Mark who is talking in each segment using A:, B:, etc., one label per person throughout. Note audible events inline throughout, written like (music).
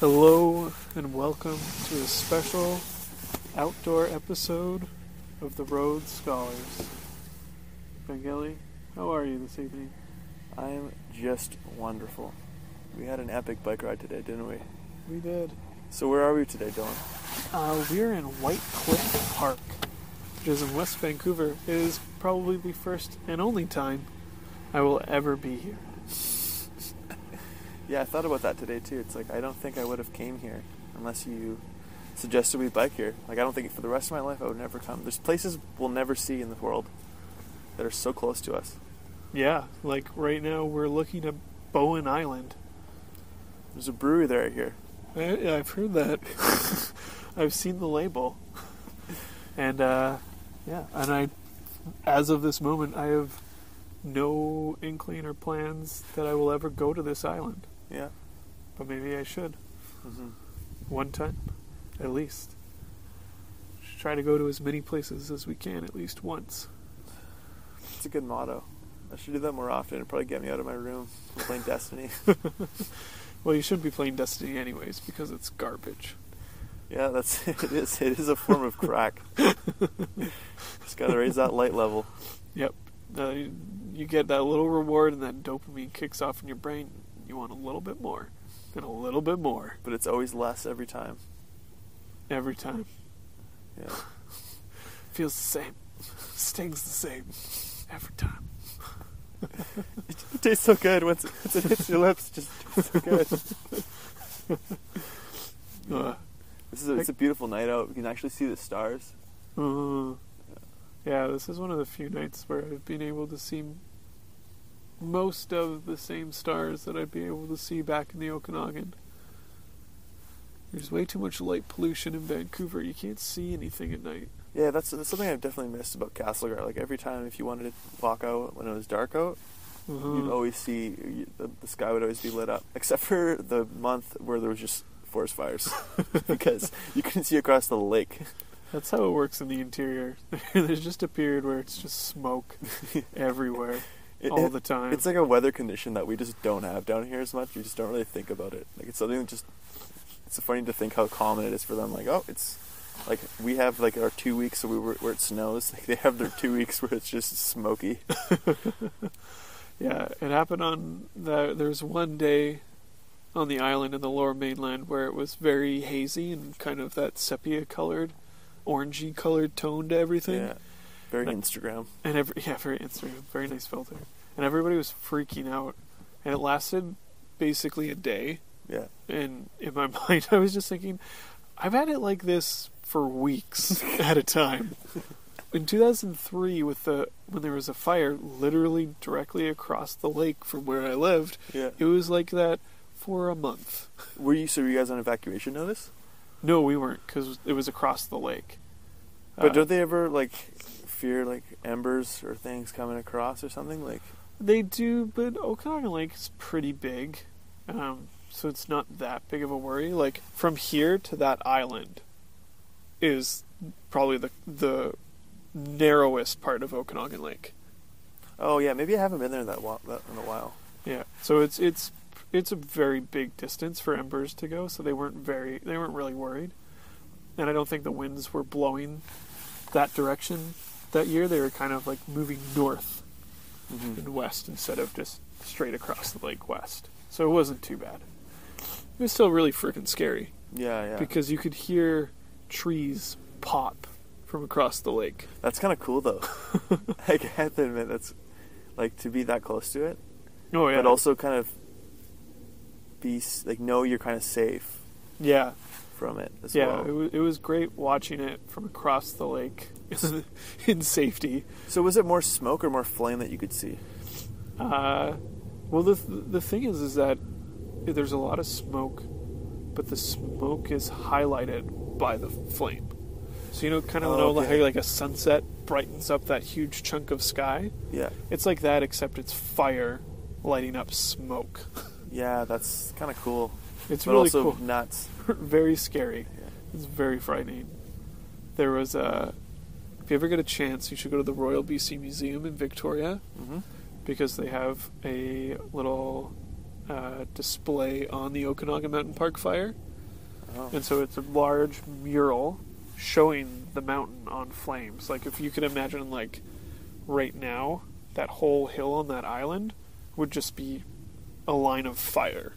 A: Hello and welcome to a special outdoor episode of the Rhodes Scholars. Vangeli, how are you this evening?
B: I am just wonderful. We had an epic bike ride today, didn't we?
A: We did.
B: So where are we today, Dylan?
A: Uh, we're in White Cliff Park, which is in West Vancouver. It is probably the first and only time I will ever be here.
B: Yeah, I thought about that today too. It's like I don't think I would have came here unless you suggested we bike here. Like I don't think for the rest of my life I would never come. There's places we'll never see in the world that are so close to us.
A: Yeah, like right now we're looking at Bowen Island.
B: There's a brewery there I hear.
A: I, I've heard that. (laughs) I've seen the label, (laughs) and uh, yeah, and I, as of this moment, I have no inkling or plans that I will ever go to this island.
B: Yeah.
A: But maybe I should
B: hmm
A: one time, at least. Should try to go to as many places as we can at least once.
B: It's a good motto. I should do that more often. It'd probably get me out of my room from playing Destiny. (laughs)
A: Well, you should be playing Destiny anyways because it's garbage.
B: Yeah, that's (laughs) it is it is a form of crack. Just gotta raise that light level.
A: Uh, you, you get that little reward and that dopamine kicks off in your brain. You want a little bit more, and a little bit more
B: But it's always less every time.
A: every time. (laughs)
B: Yeah.
A: feels the same, (laughs) stings the same every time.
B: It tastes so good once it, once it hits your lips. It just tastes so
A: (laughs)
B: good.
A: Uh,
B: This is a, it's a beautiful night out. We can actually see the stars.
A: uh, yeah, this is one of the few nights where I've been able to see most of the same stars that I'd be able to see back in the Okanagan. There's way too much light pollution in Vancouver. You can't see anything at night.
B: Yeah, that's, that's something I've definitely missed about Castlegar. Like every time, if you wanted to walk out when it was dark out,
A: Mm-hmm.
B: you'd always see you, the, the sky would always be lit up, except for the month where there was just forest
A: (laughs)
B: fires (laughs) because you couldn't see across the lake.
A: That's how it works in the interior. (laughs) There's just a period where it's just smoke (laughs) everywhere
B: It-
A: all
B: it-
A: the time.
B: it's like a weather condition that we just don't have down here as much. We just don't really think about it. Like it's something that just it's funny to think how common it is for them. Like oh, it's like we have like our two weeks where, we, where it snows. (laughs) Like they have their two weeks where it's just (laughs) smoky.
A: Yeah, it happened on the, there was one day on the island in the lower mainland where it was very hazy and kind of that sepia colored, orangey colored tone to everything.
B: Yeah, very
A: Like-
B: Instagram.
A: And every (laughs) yeah, very Instagram, very nice filter. And everybody was freaking out. And it lasted basically a day.
B: Yeah,
A: And in my (laughs) mind I was just thinking, I've had it like this for
B: (laughs)
A: weeks at a time. In 2003, with the when there was a fire literally directly across the lake from where I lived,
B: yeah.
A: it was like that for a month.
B: Were you so? Were you guys on evacuation notice?
A: No, we weren't because it was across the lake. Uh,
B: But don't they ever like fear like embers or things coming across or something? Like
A: They do, but Okanagan Lake is pretty big, um, so it's not that big of a worry. Like from here to that island is probably the the narrowest part of Okanagan Lake.
B: oh yeah, maybe I haven't been there that, wa- that in a while.
A: Yeah, so it's it's it's a very big distance for embers to go, so they weren't very they weren't really worried, and I don't think the winds were blowing that direction that year. They were kind of like moving north
B: Mm-hmm.
A: and west instead of just straight across the lake west, so it wasn't too bad. It was still really freaking scary
B: Yeah, yeah.
A: because you could hear trees pop from across the lake.
B: That's kind of cool though. (laughs) like, I have to admit, that's like to be that close to it,
A: Oh yeah,
B: but also kind of be s- like know you're kind of safe
A: yeah,
B: from it as
A: yeah. It
B: well.
A: was it was great watching it from across the lake (laughs) in safety.
B: So was it more smoke or more flame that you could see?
A: Uh, well, the the thing is, is that there's a lot of smoke, but the smoke is highlighted by the flame. So you know, kind of
B: Oh,
A: know
B: okay.
A: how like a sunset brightens up that huge chunk of sky.
B: Yeah,
A: It's like that, except it's fire lighting up smoke. (laughs)
B: yeah. That's kind of cool,
A: It's
B: but
A: really
B: also
A: cool,
B: nuts.
A: (laughs) very scary.
B: Yeah.
A: It's very frightening. There was a. If you ever get a chance, you should go to the Royal BC Museum in Victoria.
B: hmm
A: because they have a little uh, display on the Okanagan Mountain Park fire,
B: Oh.
A: And so it's a large mural showing the mountain on flames. Like if you could imagine like right now, that whole hill on that island would just be a line of fire.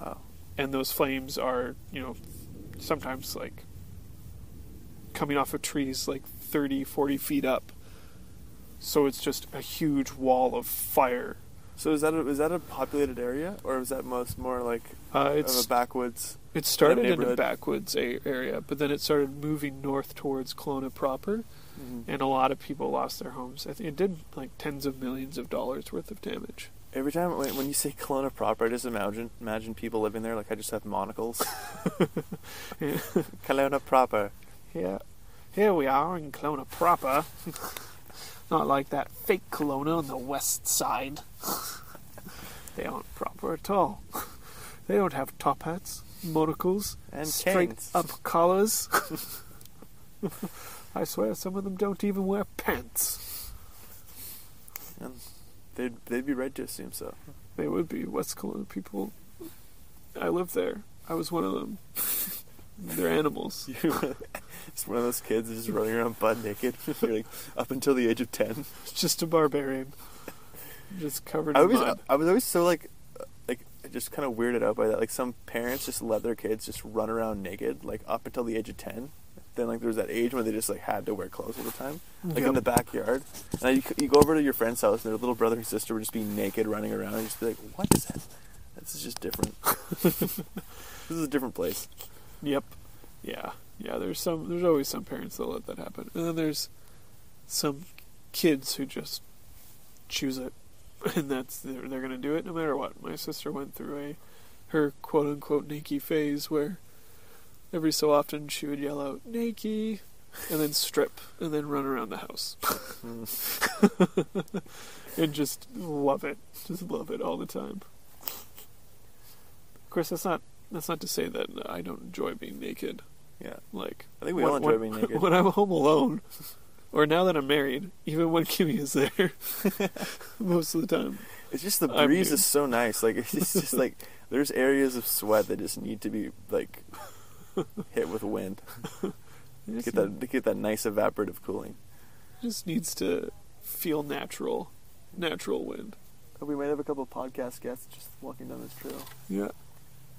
B: Wow.
A: And those flames are, you know, sometimes like coming off of trees like 30, 40 feet up. So it's just a huge wall of fire.
B: So is that a, is that a populated area, or is that most more like
A: Uh,
B: of
A: it's
B: a backwoods?
A: It started in the
B: neighborhood.
A: backwoods a- area, but then it started moving north towards Kelowna proper,
B: Mhm.
A: and a lot of people lost their homes. I think it did like tens of millions of dollars worth of damage.
B: Every time when, when you say Kelowna proper, I just imagine imagine people living there. Like I just
A: (laughs)
B: have monocles. Kelowna proper.
A: Yeah, here we are in Kelowna proper. (laughs) Not like that fake Kelowna on the west side. (laughs) they aren't proper at all. (laughs) they don't have top hats, monocles,
B: And
A: straight
B: chains.
A: up collars. (laughs) I swear, some of them don't even wear pants.
B: And they'd they'd be right to assume so.
A: They would be West Kelowna people. I lived there. I was one of them. (laughs) They're animals.
B: (laughs) it's one of those kids that's just running around butt naked. (laughs) You're like up until the age of ten.
A: It's just a barbarian, just covered
B: I
A: in
B: always
A: mud.
B: I was always so like uh, like just kind of weirded out by that. Like some parents just let their kids just run around naked like up until the age of ten. Then like there was that age when they just like had to wear clothes all the time, like
A: Yep.
B: in the backyard. And you, you go over to your friend's house and their little brother and sister would just be naked running around and just be like, "What is that? This is just different. (laughs) this is a different place."
A: Yep. Yeah. Yeah. There's some. There's always some parents that let that happen, and then there's some kids who just choose it, (laughs) and that's they're, they're gonna do it no matter what. My sister went through a her quote unquote Nike phase where every so often she would yell out Nike, and then strip, and then run around the house, (laughs)
B: Mm.
A: and just love it, just love it all the time. Of course, that's not that's not to say that I don't enjoy being naked.
B: Yeah,
A: Like
B: I think we
A: When-
B: all enjoy
A: when- (laughs)
B: being naked.
A: when I'm home alone, or now that I'm married, even when Kimmy is
B: (laughs)
A: there, most of the time.
B: It's just the
A: I
B: breeze
A: mean-
B: is so nice. Like (laughs) it's just, just like there's areas of sweat that just need to be
A: (laughs)
B: like hit with wind
A: It
B: to
A: just,
B: get that to get that nice evaporative cooling.
A: just needs to feel natural, natural wind.
B: We might have a couple podcast guests just walking down this trail.
A: Yeah,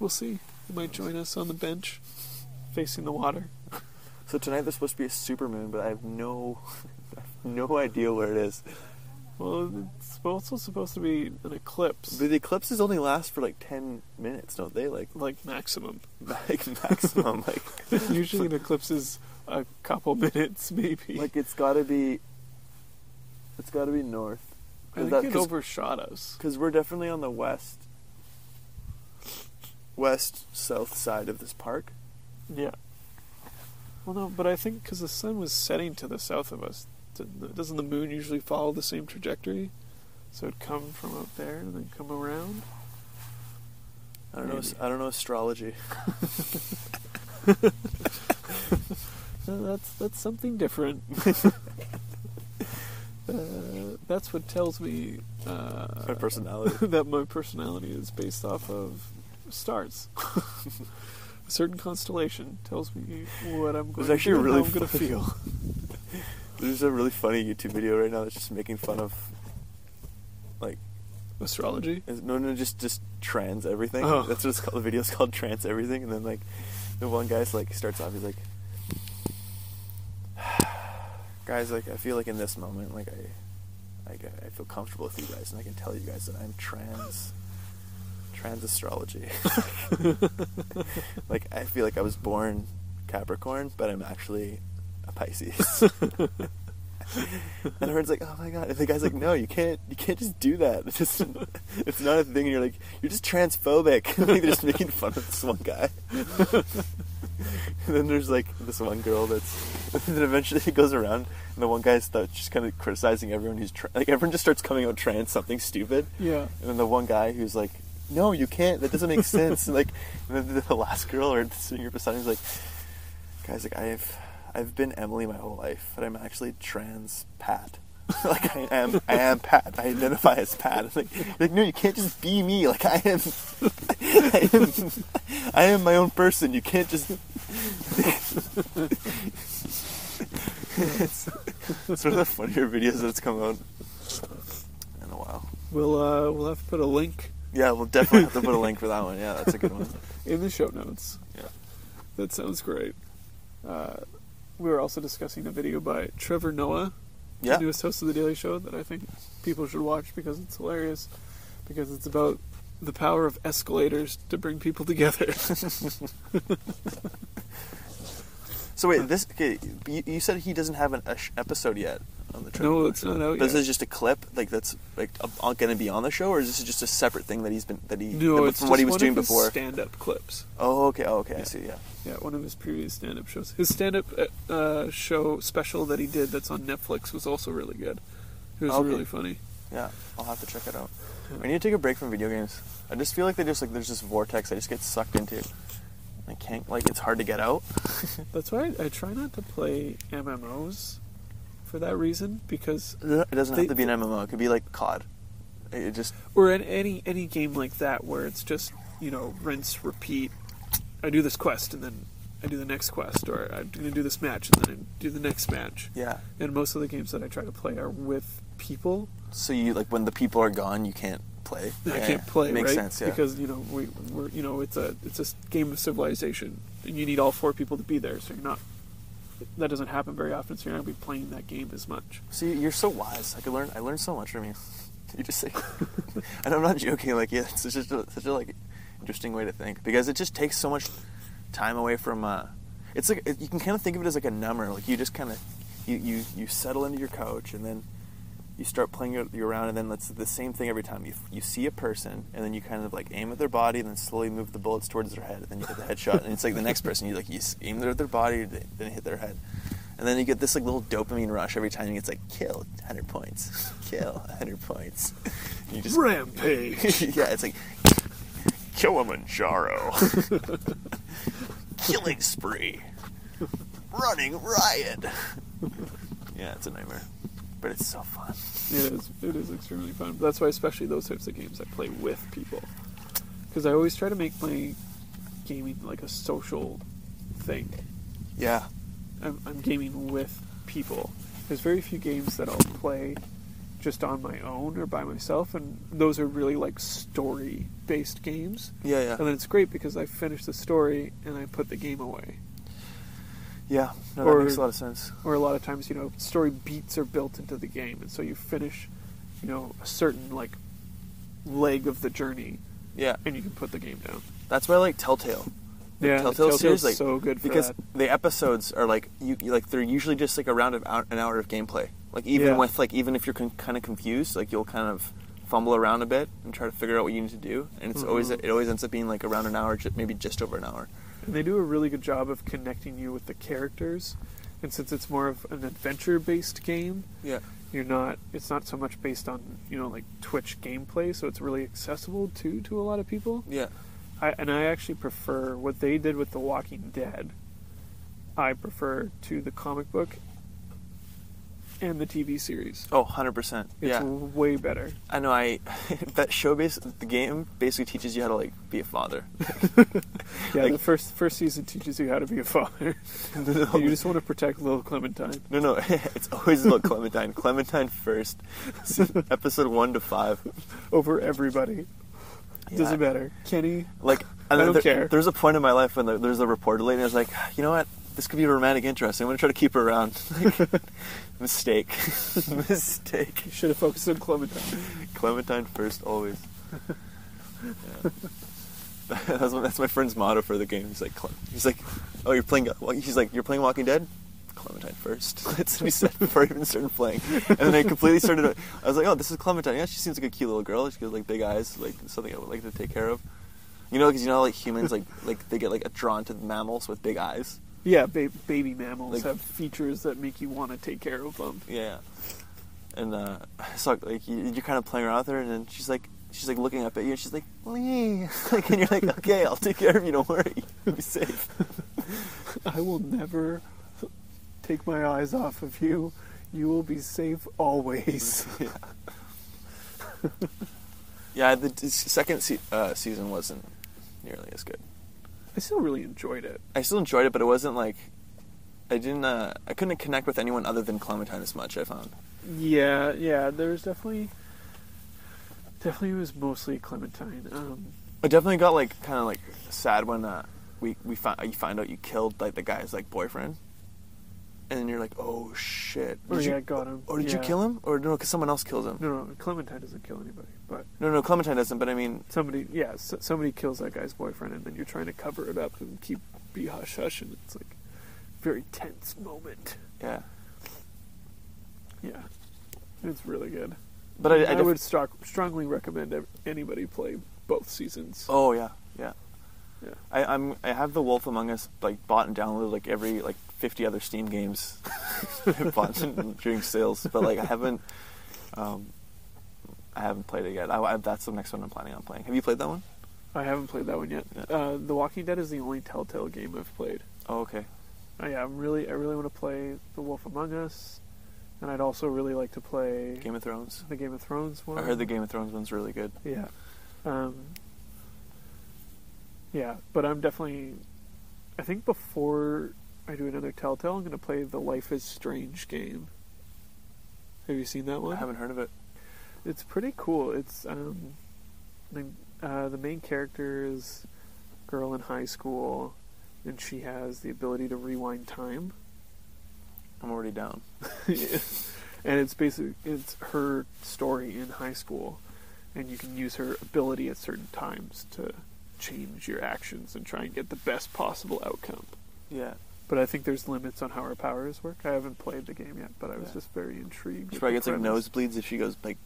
A: we'll see. He might join us on the bench, facing the water.
B: So tonight there's supposed to be a super moon, but I have no (laughs) I have no idea where it is.
A: Well, it's also supposed to be an eclipse,
B: But the eclipses only last for like ten minutes, don't they? Like (laughs)
A: like maximum.
B: like maximum. like
A: Usually, an eclipse is a couple (laughs) minutes, maybe.
B: it's gotta be it's gotta be north.
A: I think
B: that-
A: it
B: 'cause-
A: overshot us.
B: Because we're definitely on the west, west south side of this park.
A: Yeah. Well, no, but I think because the sun was setting to the south of us, didn't the- doesn't the moon usually follow the same trajectory? So it'd come from up there and then come around.
B: I don't know.
A: Maybe.
B: I don't know astrology.
A: So that's that's something different. (laughs) uh, that's what tells me
B: My
A: uh,
B: personality.
A: (laughs) that my personality is based off of stars. (laughs) a certain constellation tells me what I'm going
B: There's
A: to
B: actually
A: do
B: a
A: and
B: really
A: how I'm going to
B: fun-
A: feel.
B: (laughs) There's a really funny YouTube video right now that's just making fun of, like, (laughs)
A: Astrology. (laughs)
B: is- no, no, just just trans everything.
A: Oh.
B: That's what it's called. The video's called trans everything, and then like, the one guy's like starts off. He's like, (sighs) guys, like I feel like in this moment, like I, like I feel comfortable with you guys, and I can tell you guys that I'm trans.
A: (laughs)
B: Trans astrology. (laughs) like I feel like I was born Capricorn, but I'm actually
A: (laughs)
B: a (laughs) Pisces. and everyone's like, "Oh my god!" And the guy's like, "No, you can't. You can't just do that. (laughs) It's just, it's not a thing." And you're like, "You're just transphobic." (laughs) like they're just making fun of this one guy. (laughs) and then there's like this one girl that's. (laughs) And then eventually he goes around, and the one guy's th- just kind of criticizing everyone who's tra- like everyone just starts coming out trans something stupid.
A: (laughs) Yeah.
B: And then the one guy who's like, "No, you can't. That doesn't make sense." and like, and then the last girl or the singer beside him is like, "Guys, like I've I've been Emily my whole life, but I'm actually trans Pat. (laughs) (laughs) like I am I am Pat. I identify as Pat." Like, like no, you can't just be me. Like I am I am, I am my own person. You can't just. (laughs) (laughs) it's, it's one of the funnier videos that's come out in a while.
A: We'll uh, we'll have to put a link
B: Yeah, we'll definitely have to put a link for that one. Yeah, that's a good one.
A: in the show notes.
B: Yeah.
A: That sounds great. Uh, we were also discussing a video by Trevor Noah,
B: Yeah,
A: the newest host of The Daily Show, that I think people should watch because it's hilarious, because it's about the power of escalators to bring people together. (laughs)
B: So wait, this okay? You, you said he doesn't have an esh- episode yet on the trip.
A: no, it's not out
B: This
A: yet.
B: is just a clip, like that's like going to be on the show, or is this just a separate thing that he's been that he
A: no,
B: that-
A: it's
B: from
A: just
B: what he was
A: one
B: doing
A: of his
B: before?
A: stand-up clips.
B: oh, okay, oh, okay, I
A: Yeah.
B: see. Yeah,
A: Yeah, one of his previous stand-up shows. His stand-up uh, uh, show special that he did that's on Netflix was also really good. It was
B: Okay.
A: really funny.
B: yeah. I'll have to check it out.
A: Yeah.
B: I need to take a break from video games. I just feel like they just like there's this vortex I just get sucked into. I can't like it's hard to get out.
A: That's why I, I try not to play MMOs for that reason because
B: It doesn't
A: They-
B: have to be an MMO. It could be like COD. It it just
A: or in any any game like that where it's just you know rinse repeat. I do this quest and then I do the next quest, or I'm going to do this match and then I do the next match.
B: yeah.
A: And most of the games that I try to play are with people.
B: So you like when the people are gone, you can't play.
A: I
B: Yeah,
A: can't play
B: Makes
A: right?
B: sense. Yeah.
A: because you know we, we're you know it's a it's a game of civilization and you need all four people to be there so you're not that doesn't happen very often so you're not gonna be playing that game as much
B: See, you're so wise. I could learn. I learned so much from you. You just say, (laughs) and I'm not joking. Like, yeah, it's just a, such a like interesting way to think because it just takes so much time away from. Uh, it's like it, you can kind of think of it as like a number. Like you just kind of you, you you settle into your couch and then you start playing your, your round and then it's the same thing every time. You you see a person and then you kind of like aim at their body and then slowly move the bullets towards their head and then you hit the headshot and it's like the next person you like you s- aim at their body then hit their head. And then you get this like little dopamine rush every time. It's like kill 100 points, (laughs) kill 100 points. You just
A: rampage
B: (laughs) yeah, it's like Kilimanjaro, (laughs) killing spree, running riot. (laughs) yeah, it's a nightmare, but it's so fun.
A: it is it is extremely fun that's why especially those types of games I play with people because I always try to make my gaming like a social thing
B: Yeah,
A: I'm, I'm gaming with people. There's very few games that I'll play just on my own or by myself, and those are really like story based games.
B: yeah, yeah,
A: And then it's great because I finish the story and I put the game away.
B: yeah. No, that
A: Or-
B: makes a lot of sense.
A: Or a lot of times, you know, story beats are built into the game, and so you finish, you know, a certain like leg of the journey,
B: Yeah,
A: and you can put the game down.
B: that's why I like Telltale.
A: Yeah,
B: Telltale
A: Telltale's
B: series, like,
A: so good for
B: because
A: that.
B: the episodes are like you you- like they're usually just like around an hour, an hour of gameplay. Like even
A: Yeah.
B: with like even if you're con- kind of confused, like you'll kind of fumble around a bit and try to figure out what you need to do. And it's always
A: Mhm.
B: it always ends up being like around an hour, ju- maybe just over an hour.
A: And they do a really good job of connecting you with the characters. And since it's more of an adventure based game,
B: Yeah,
A: you're not it's not so much based on you know like twitch gameplay so it's really accessible to to a lot of people
B: yeah,
A: I, and i actually prefer what they did with the walking dead i prefer to the comic book and the tv series
B: oh, 100 percent.
A: it's
B: Yeah,
A: way better
B: I know. I (laughs) that show base the game basically teaches you how to like be a father. (laughs)
A: yeah
B: Like-
A: the first first season teaches you how to be a
B: (laughs)
A: father (laughs) you just want to protect little clementine (laughs)
B: No, no, (laughs) it's always about Clementine. Clementine first, episode one to five.
A: over everybody doesn't
B: Yeah.
A: matter kenny
B: Like,
A: I
B: and
A: don't
B: there,
A: care.
B: There's a point in my life when there, there's a reporter lady, and I was like, you know what? This could be a romantic interest. I'm gonna try to keep her around. (laughs) Like, mistake, (laughs) mistake.
A: you should have focused on clementine
B: Clementine first, always. Yeah. (laughs) that's, what, that's my friend's motto for the game. He's like, Cle- he's like, oh, you're playing. well, He's like, you're playing Walking Dead. Clementine first. (laughs) That's what he said before I even started playing. And then I completely started. I was like, oh, this is Clementine. Yeah, she seems like a cute little girl. She has like big eyes. Like something I would like to take care of. You know, because you know, how, like humans, like like they get like drawn to mammals with big eyes.
A: yeah ba- baby mammals
B: Like-
A: have features that make you want to take care of them
B: Yeah. And uh, so like you, you're kind of playing around with her, and then she's like, she's like looking up at you, and she's like, Lee. (laughs) Like, and you're like, okay, I'll take care of you. Don't worry, (laughs) be safe.
A: (laughs) I will never take my eyes off of you. You will be safe always. (laughs)
B: yeah. yeah. The t- second se- uh, season wasn't nearly as good.
A: I still really enjoyed it.
B: I still enjoyed it, but it wasn't like I didn't. Uh, I couldn't connect with anyone other than Clementine as much. I found.
A: Yeah, yeah. There was definitely, definitely was mostly Clementine. Um,
B: I definitely got like kind of like sad when uh, we we find you find out you killed like the guy's like boyfriend, and then you're like, oh shit.
A: or
B: Did
A: yeah,
B: you,
A: got him.
B: or did you
A: Yeah.
B: kill him? Or no, because someone else killed him.
A: No, no. Clementine doesn't kill anybody, but
B: No, no, Clementine doesn't. But I mean,
A: somebody, yeah, s somebody kills that guy's boyfriend, and then you're trying to cover it up and keep be hush hush, and it's like very tense moment.
B: yeah.
A: Yeah, it's really good.
B: But I, I,
A: I,
B: def-
A: would stock, strongly recommend ev- anybody play both seasons.
B: Oh yeah, yeah.
A: Yeah.
B: I, I'm I have the Wolf Among Us like bought and downloaded like every like 50 other Steam games (laughs) I bought and during sales, but like I haven't um, I haven't played it yet. I, I- that's the next one I'm planning on playing. Have you played that one?
A: I haven't played that one yet.
B: Yeah.
A: Uh, the Walking Dead is the only Telltale game I've played.
B: Oh okay.
A: I, yeah, I'm really, I really want to play The Wolf Among Us, and I'd also really like to play
B: Game of Thrones.
A: the Game of Thrones one.
B: I heard the Game of Thrones one's really good.
A: Yeah. Um, yeah, but I'm definitely. I think before I do another Telltale, I'm going to play the Life is Strange game. Have you seen that
B: I
A: one?
B: haven't heard of it.
A: It's pretty cool. It's um, the uh, the main character is a girl in high school, and she has the ability to rewind time. (laughs)
B: I'm already down.
A: and it's basically it's her story in high school, and you can use her ability at certain times to change your actions and try and get the best possible outcome.
B: Yeah.
A: But I think there's limits on how her powers work. I haven't played the game yet, but I was
B: Yeah.
A: just very intrigued.
B: She
A: with
B: probably
A: the
B: gets like
A: premise.
B: nosebleeds if she goes like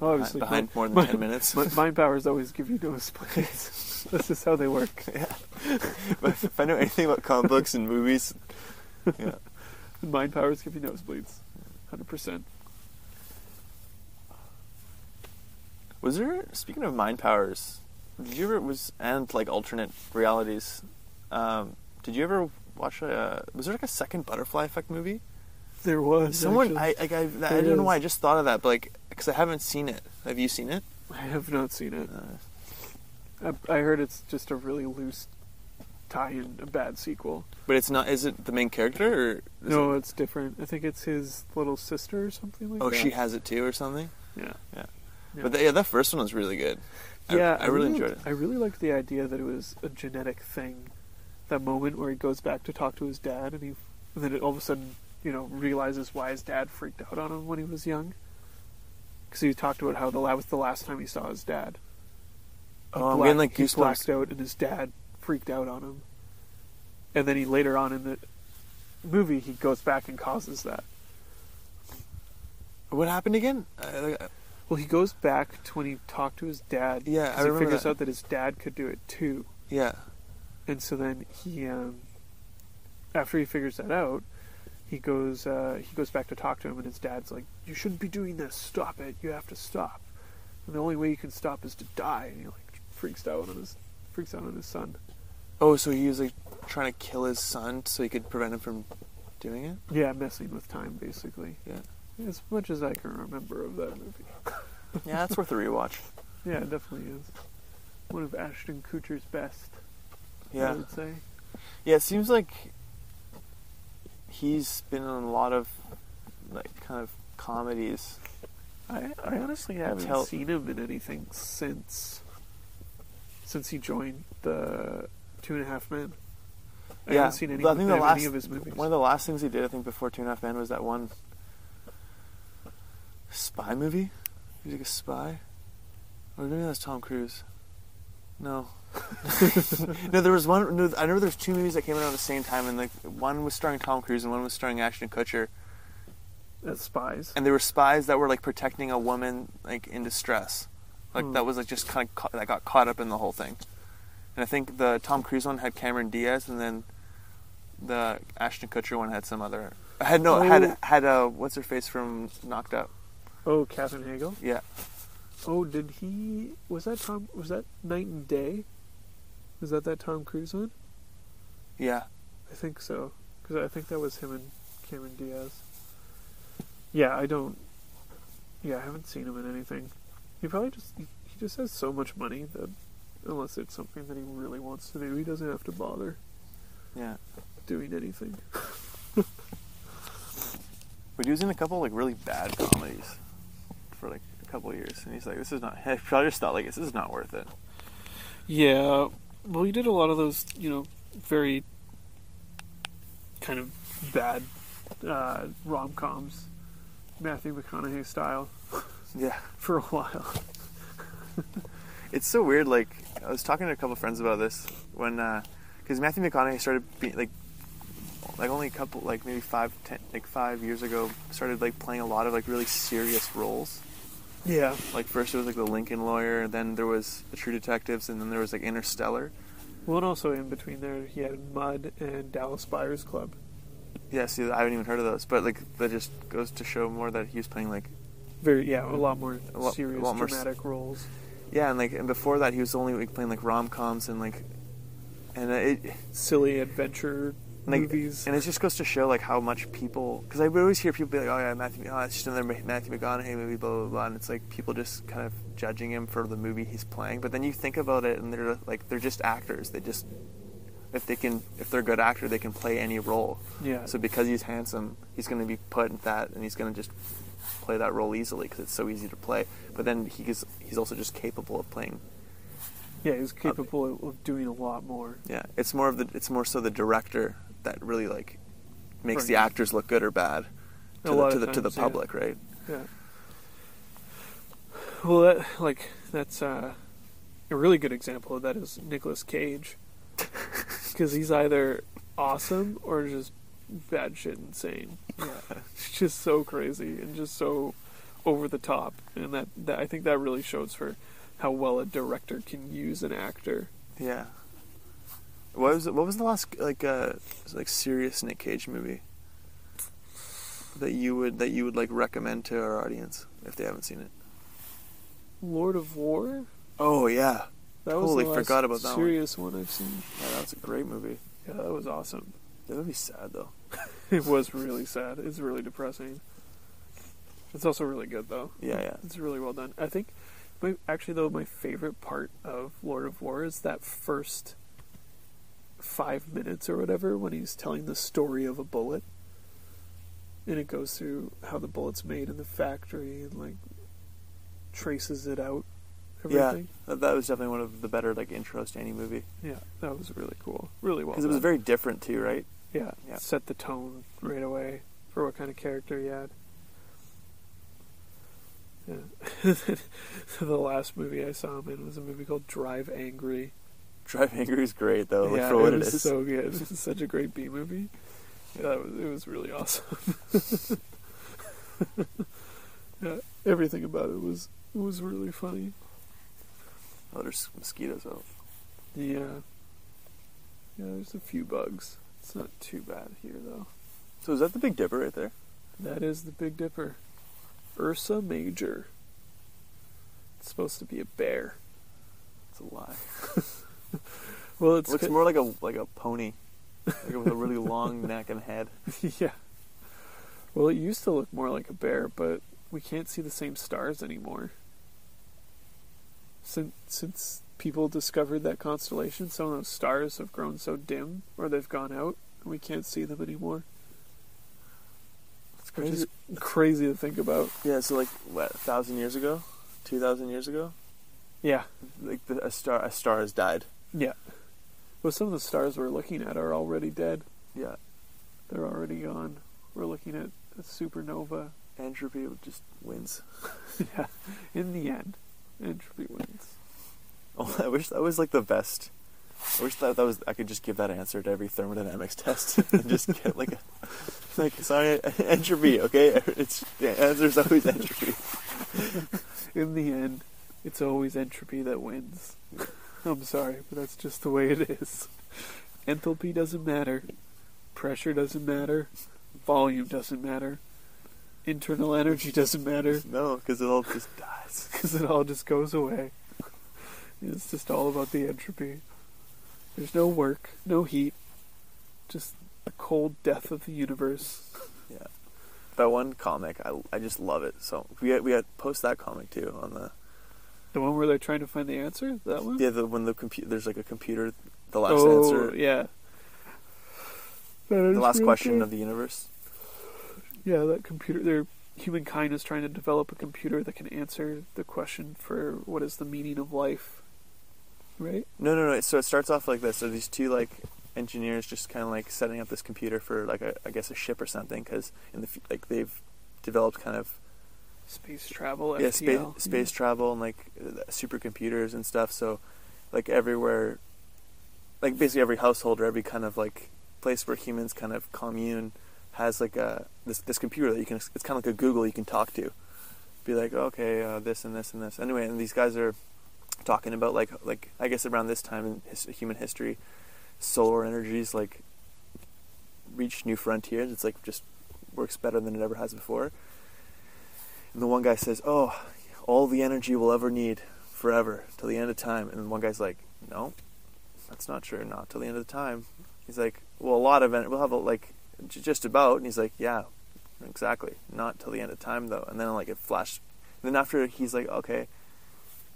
A: Obviously,
B: behind more than
A: my- (laughs)
B: 10 (laughs) minutes.
A: My, mind powers always give you nosebleeds. (laughs) this is how they work.
B: (laughs) But if I know anything about comic books and movies, yeah.
A: Mind powers give you nosebleeds. 100%.
B: Was there speaking of mind powers? Did you ever was and like alternate realities? Um, did you ever watch a? Was there like a second Butterfly
A: (laughs)
B: Effect movie?
A: There was.
B: Someone
A: actually-
B: I like I, I
A: There
B: don't know why I
A: is.
B: just thought of that, but like because I haven't seen it. Have you seen it?
A: I have not seen it.
B: Uh,
A: I, I heard it's just a really loose tie-in, a bad sequel.
B: but it's not. Is it the main character or? Is
A: no,
B: It,
A: it's different. I think it's his little sister or something like
B: oh,
A: that.
B: she has it too or something.
A: Yeah. Yeah.
B: But the, yeah, that first one was really good. I-
A: yeah,
B: I, really enjoyed it.
A: I really liked the idea that it was a genetic thing. That moment where he goes back to talk to his dad, and he, and then it all of a sudden, you know, realizes why his dad freaked out on him when he was young. Because he talked about how the la- was the last time he saw his dad. He
B: Oh, I'm
A: black-
B: getting like
A: he blacked
B: goosebumps.
A: out, and his dad freaked out on him. And then he later on in the movie, he goes back and causes that.
B: What happened again? I, like,
A: Well, he goes back to when he talked to his dad.
B: Yeah,
A: 'cause
B: I remember
A: he figures
B: that.
A: out that his dad could do it too,
B: yeah.
A: and so then he, um, after he figures that out, he goes uh, he goes back to talk to him, and his dad's like, "You shouldn't be doing this. Stop it. You have to stop. And the only way you can stop is to die." And he like freaks out on his freaks out on his son.
B: Oh, so he was like trying to kill his son so he could prevent him from doing it.
A: Yeah, messing with time basically.
B: Yeah.
A: As much as I can remember of that movie.
B: Yeah, that's worth a rewatch.
A: Yeah, it definitely is. One of Ashton Kutcher's best, I
B: Yeah.
A: would say.
B: Yeah, it seems like he's been in a lot of like kind of comedies.
A: I, I honestly haven't
B: Tell-
A: seen him in anything since since he joined the Two and a Half Men. I
B: yeah,
A: haven't seen any,
B: but I think the
A: any
B: last
A: of his movies.
B: one of the last things he did, I think, before Two and a Half Men was that one spy movie. He was like a spy, or maybe that was Tom Cruise. No, (laughs) no, there was one. No, I remember there was two movies that came out at the same time, and like one was starring Tom Cruise and one was starring Ashton Kutcher.
A: As spies.
B: and there were spies that were like protecting a woman like in distress like
A: Hmm.
B: that was like just kind of caught, that got caught up in the whole thing and i think the tom cruise one had cameron diaz and then the ashton kutcher one had some other had no had
A: Oh.
B: had a what's her face from knocked up
A: Oh, Catherine Hagel.
B: yeah
A: Oh, did he? Was that Tom? Was that Night and Day? Was that that Tom Cruise one?
B: yeah
A: I think so, because I think that was him and Cameron Diaz. Yeah, I don't. Yeah, I haven't seen him in anything. He probably just he, he just has so much money that unless it's something that he really wants to do. He doesn't have to bother
B: Yeah.
A: doing anything.
B: But he was in a couple like really bad comedies for like a couple years, and he's like, "This is not." (laughs) I probably just thought like, "This is not worth it."
A: Yeah, well, he did a lot of those, you know, very kind of bad uh, rom coms, Matthew McConaughey style,
B: Yeah.
A: for a (laughs) while.
B: It's so weird. Like I was talking to a couple friends about this when, because Matthew McConaughey started being like, like only a couple, like maybe five, ten, like five years ago, started like playing a lot of like really serious roles.
A: Yeah.
B: Like first it was like the Lincoln Lawyer, and then there was the True Detectives, and then there was like Interstellar.
A: Well, and also in between there, he had Mud and Dallas Buyers Club.
B: Yeah, see, I haven't even heard of those, but like that just goes to show more that he was playing like,
A: Very, yeah, a lot more
B: A lot- a
A: serious,
B: lot more s-
A: dramatic roles.
B: yeah, and like and before that he was only like, playing like rom coms and like, and it
A: Silly adventure
B: Like,
A: movies.
B: And it just goes to show like how much people, because I would always hear people be like, "Oh yeah, Matthew, oh, it's just another Ma- Matthew McConaughey movie, blah blah blah," and it's like people just kind of judging him for the movie he's playing. But then you think about it, and they're like, they're just actors. They just, if they can, if they're a good actor, they can play any role.
A: yeah.
B: So because he's handsome, he's going to be put in that, and he's going to just play that role easily because it's so easy to play. But then he is, he's also just capable of playing.
A: yeah, he was capable of- of doing a lot more.
B: Yeah, it's more of the, it's more so the director that really like makes
A: Brings-
B: the actors look good or bad.
A: A
B: to the,
A: lot
B: to
A: of
B: the, to the
A: times, yeah.
B: public, right?
A: Yeah. Well, that like that's uh, a really good example of that is Nicolas
B: (laughs)
A: Cage, because he's either awesome or just bad shit insane. Yeah, (laughs) just so crazy and just so over the top, and that, that I think that really shows for how well a director can use an actor.
B: (laughs) Yeah. What was what was the last like uh like serious Nick Cage movie that you would that you would like recommend to our audience if they haven't seen it?
A: Lord of War.
B: Oh yeah,
A: That
B: Totally
A: was the last
B: forgot about that one.
A: serious one. I've seen.
B: yeah that was a great movie.
A: Yeah, that was awesome. (laughs)
B: That would be sad though.
A: It was really sad. It's really depressing. It's also really good though.
B: Yeah, yeah.
A: It's really well done. I think, my, actually though, my favorite part of Lord of War is that first five minutes or whatever when he's telling the story of a bullet, and it goes through how the bullet's made in the factory and like traces it out.
B: Yeah.
A: Everything.
B: That, that was definitely one of the better like intros to any movie
A: Yeah, that was really cool. Really well.
B: because it was
A: done.
B: very different too, right? (laughs)
A: Yeah,
B: Yeah.
A: set the tone right away for what kind of character he had. Yeah. (laughs) the last movie I saw him in was a movie called Drive Angry.
B: Drive Angry is great though, like
A: yeah,
B: for what
A: it
B: Oh, it
A: was
B: is. (laughs)
A: so good. (laughs) It's such a great B movie. Yeah, it was, it was really awesome. (laughs) yeah, everything about it was was really funny.
B: oh, there's mosquitoes out.
A: Yeah. Yeah, there's a few bugs. It's not too bad here though.
B: So is that the Big Dipper right there?
A: That is the Big Dipper. Ursa Major. It's supposed to be a bear.
B: It's a lie.
A: Well, it's
B: looks
A: co-
B: more like a like a pony, like with a really (laughs) long neck and head.
A: (laughs) yeah. Well, it used to look more like a bear, but we can't see the same stars anymore. Since since people discovered that constellation, some of those stars have grown so dim, or they've gone out, and we can't see them anymore.
B: It's
A: Which is crazy to think about.
B: Yeah, so like what, a thousand years ago, two thousand years ago,
A: Yeah,
B: like the, a star, a star has died.
A: yeah. Well, some of the stars we're looking at are already dead.
B: Yeah,
A: They're already gone. We're looking at a supernova. (laughs)
B: entropy just wins.
A: yeah, in the end, entropy wins.
B: (laughs) Oh, I wish that was like the best. I wish that that was. I could just give that answer to every thermodynamics (laughs) test and just get like a like sorry (laughs) entropy. Okay, (laughs) it's the answer's always (laughs) entropy.
A: In the end, it's always entropy that wins. (laughs) I'm sorry, but that's just the way it is. (laughs) Enthalpy doesn't matter. Pressure doesn't matter. Volume doesn't matter. Internal energy doesn't matter
B: No, because it all just
A: (laughs)
B: dies.
A: because it all just goes away. It's just all about the entropy. There's no work, no heat, just the cold death of the universe. (laughs)
B: Yeah, that one comic, I, I just love it. So we had, we had post that comic too on the
A: The one where they're trying to find the answer? That one?
B: Yeah, the when the computer there's like a computer, the last
A: oh,
B: answer,
A: yeah.
B: the last question of the universe.
A: Yeah, that computer. Their humankind is trying to develop a computer that can answer the question for what is the meaning of life, right?
B: No, no, no. So it starts off like this. So these two like engineers just kind of like setting up this computer for like a, I guess a ship or something because in the fu- like they've developed kind of
A: Space travel.
B: yeah space
A: FTL.
B: space travel and like uh, supercomputers and stuff. So like everywhere, like basically every household or every kind of like place where humans kind of commune has like a this this computer that you can it's kind of like a Google you can talk to, be like okay uh, this and this and this anyway. And these guys are talking about like like I guess around this time in his, human history, solar energy's like reached new frontiers. It's like just works better than it ever has before. And the one guy says, "Oh, all the energy we'll ever need forever till the end of time." And the one guy's like, "No, that's not true. Not till the end of the time." He's like, "Well, a lot of energy. We'll have like j- just about." And he's like, "Yeah, exactly. Not till the end of time, though." And then like it flashed. And then after he's like, "Okay."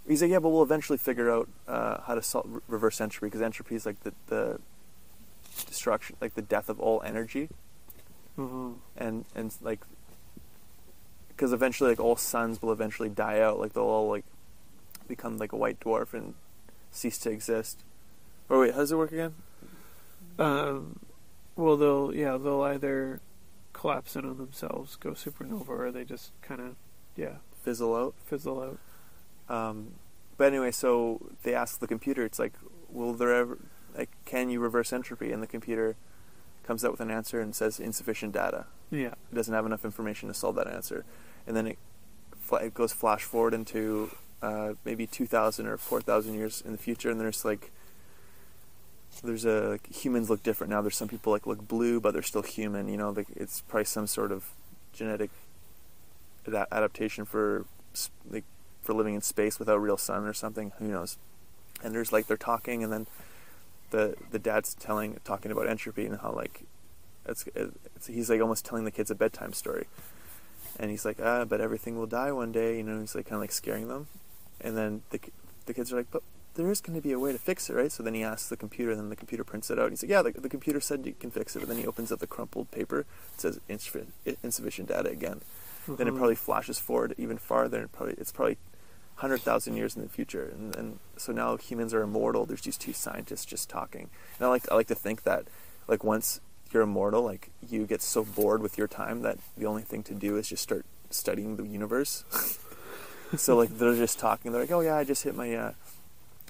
B: He's like, yeah, but we'll eventually figure out uh, how to sol- re- reverse entropy because entropy is like the, the destruction, like the death of all energy
C: Mm-hmm.
A: Mhm.
B: and and like because eventually like all suns will eventually die out like they'll all like become like a white dwarf and cease to exist or wait how does it work again
A: Um, well, they'll yeah, they'll either collapse in on themselves, go supernova, or they just kind of yeah
B: fizzle out
A: fizzle out.
B: um, but anyway so they ask the computer it's like will there ever like can you reverse entropy and the computer comes out with an answer and says insufficient data
A: Yeah,
B: it doesn't have enough information to solve that answer, and then it, fla- it goes flash forward into uh, maybe two thousand or four thousand years in the future, and there's like there's a like, humans look different now. There's some people like look blue, but they're still human. You know, like it's probably some sort of genetic ada- adaptation for s- like for living in space without real sun or something. Who knows? And there's like they're talking, and then the the dad's telling talking about entropy and how like it's, it's he's like almost telling the kids a bedtime story, and he's like, ah, but everything will die one day, you know. He's like kind of like scaring them, and then the ki- the kids are like, but there is going to be a way to fix it, right? So then he asks the computer, and then the computer prints it out. And he's like, yeah, the, the computer said you can fix it, but then he opens up the crumpled paper. It says insuffi- insufficient data again. Then it
A: Mhm.
B: probably flashes forward even farther, and probably it's probably hundred thousand years in the future, and, and so now humans are immortal. There's these two scientists just talking, and I like I like to think that like once you're immortal, like you get so bored with your time that the only thing to do is just start studying the universe. (laughs) so like they're just talking. They're like, oh yeah, I just hit my uh,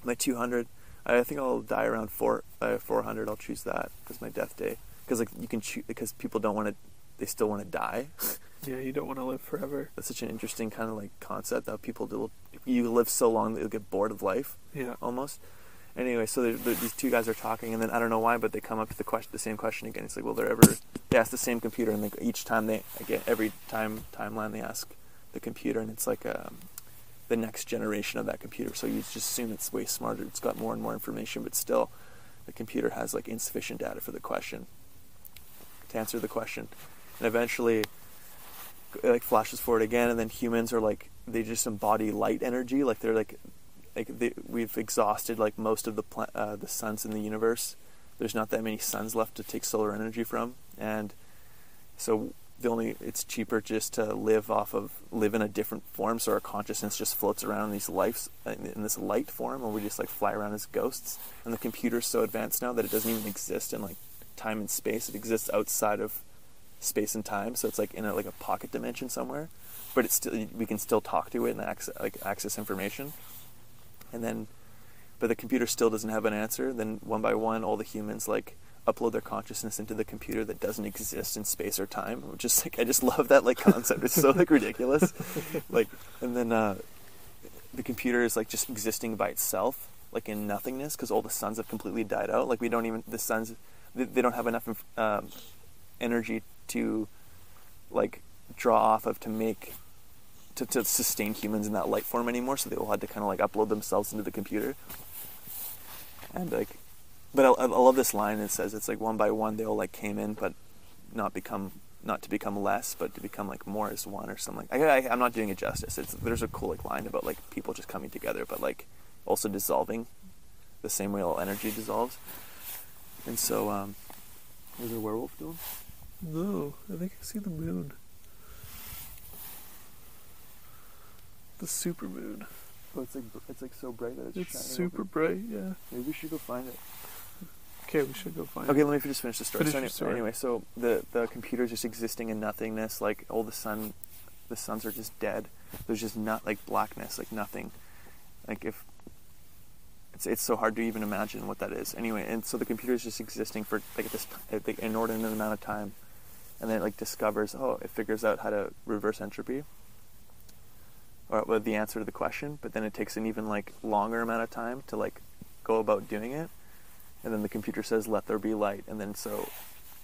B: my 200. I think I'll die around four uh, 400. I'll choose that as my death day because like you can choose because people don't want to. They still want to die.
A: yeah, you don't want to live forever.
B: That's such an interesting kind of like concept that people do. You live so long that you'll get bored of life
A: Yeah,
B: almost. Anyway, so they they these two guys are talking, and then I don't know why, but they come up to the question, the same question again. It's like, will there ever? They ask the same computer, and like each time they again, every time timeline they ask the computer, and it's like um, the next generation of that computer. So you just assume it's way smarter. It's got more and more information, but still, the computer has like insufficient data for the question to answer the question, and eventually, it like flashes forward again, and then humans are like they just embody light energy, like they're like like the, we've exhausted like most of the pla- uh, the suns in the universe. There's not that many suns left to take solar energy from, and so the only it's cheaper just to live off of live in a different form. So our consciousness just floats around in these lives in in this light form, and we just like fly around as ghosts. And the computer's so advanced now that it doesn't even exist in like time and space. It exists outside of space and time, so it's like in a, like a pocket dimension somewhere. But it's still we can still talk to it and access like access information and then but the computer still doesn't have an answer then one by one all the humans like upload their consciousness into the computer that doesn't exist in space or time which is like i just love that like concept it's so like ridiculous like and then uh the computer is like just existing by itself like in nothingness because all the suns have completely died out like we don't even the suns they, they don't have enough inf- um, energy to like draw off of to make to, to sustain humans in that light form anymore, so they all had to kind of like upload themselves into the computer. And like, but I, I love this line. It says it's like one by one they all like came in, but not become not to become less, but to become like more as one or something. I, I, I'm not doing it justice. It's there's a cool like line about like people just coming together, but like also dissolving, the same way all energy dissolves. And so, um, was a werewolf doing?
C: No, I think I see the moon. The super moon.
B: Oh, it's like br- it's like so bright that it's,
C: It's
B: shining
C: super
B: over.
C: bright, yeah.
B: Maybe we should go find it.
C: Okay, we should go find
B: Okay,
C: it.
B: let me just finish the story.
C: Finish
B: so
C: your
B: any-
C: story.
B: anyway, so the the computer's just existing in nothingness. Like all the sun, the suns are just dead. There's just not like blackness, like nothing. Like if it's it's so hard to even imagine what that is. Anyway, and so the computer's just existing for like this like, the inordinate amount of time, and then it like discovers oh it figures out how to reverse entropy. Or well, the answer to the question, but then it takes an even like longer amount of time to like go about doing it and then the computer says let there be light and then so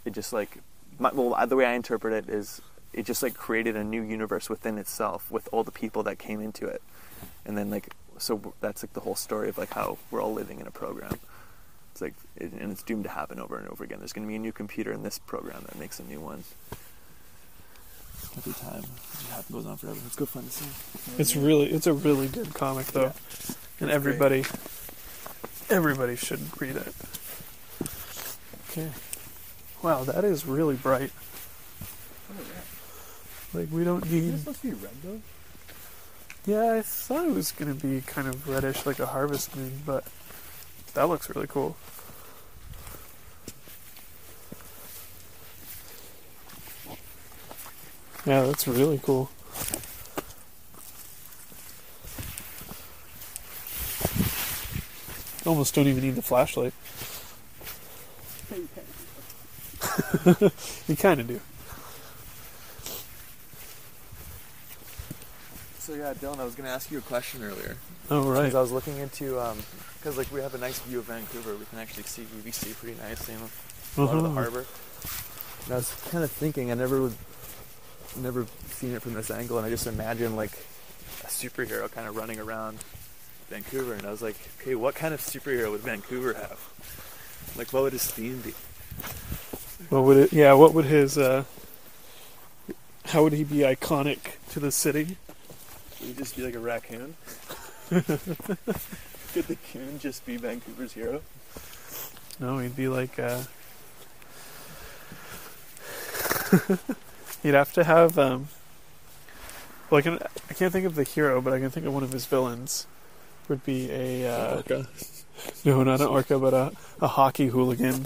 B: it just like my, well the way i interpret it is it just like created a new universe within itself with all the people that came into it and then like so that's like the whole story of like how we're all living in a program it's like it, and it's doomed to happen over and over again there's going to be a new computer in this program that makes a new one every time it just happens, goes on forever let's go find the scene
C: It's really it's a really good comic though.
B: Yeah.
C: And
B: great.
C: everybody everybody should read it. Okay. Wow, that is really bright. Like we don't need
A: supposed to be red though?
C: Yeah, I thought it was gonna be kind of reddish like a harvest moon, but that looks really cool. Yeah, that's really cool. Almost don't even need the flashlight. (laughs) you kind of do.
B: so yeah dylan i was going to ask you a question earlier
C: Oh,
B: Because
C: right.
B: I was looking into, because like we have a nice view of Vancouver, we can actually see UBC pretty nicely and a lot of
A: Mm-hmm.
C: Uh-huh.
B: the harbor. And I was kind of thinking, I never would, never seen it from this angle, and I just imagine like a superhero kind of running around Vancouver, and I was like, okay, what kind of superhero would Vancouver have? Like, what would his theme be?
C: What would it? Yeah, what would his? uh How would he be iconic to the city?
B: Would he just be like a raccoon? (laughs) Could the coon just be Vancouver's hero?
C: No, he'd be like. uh (laughs) He'd have to have um. Well, I can. I can't think of the hero, but I can think of one of his villains. Would be a uh, no, not an orca, but a a hockey hooligan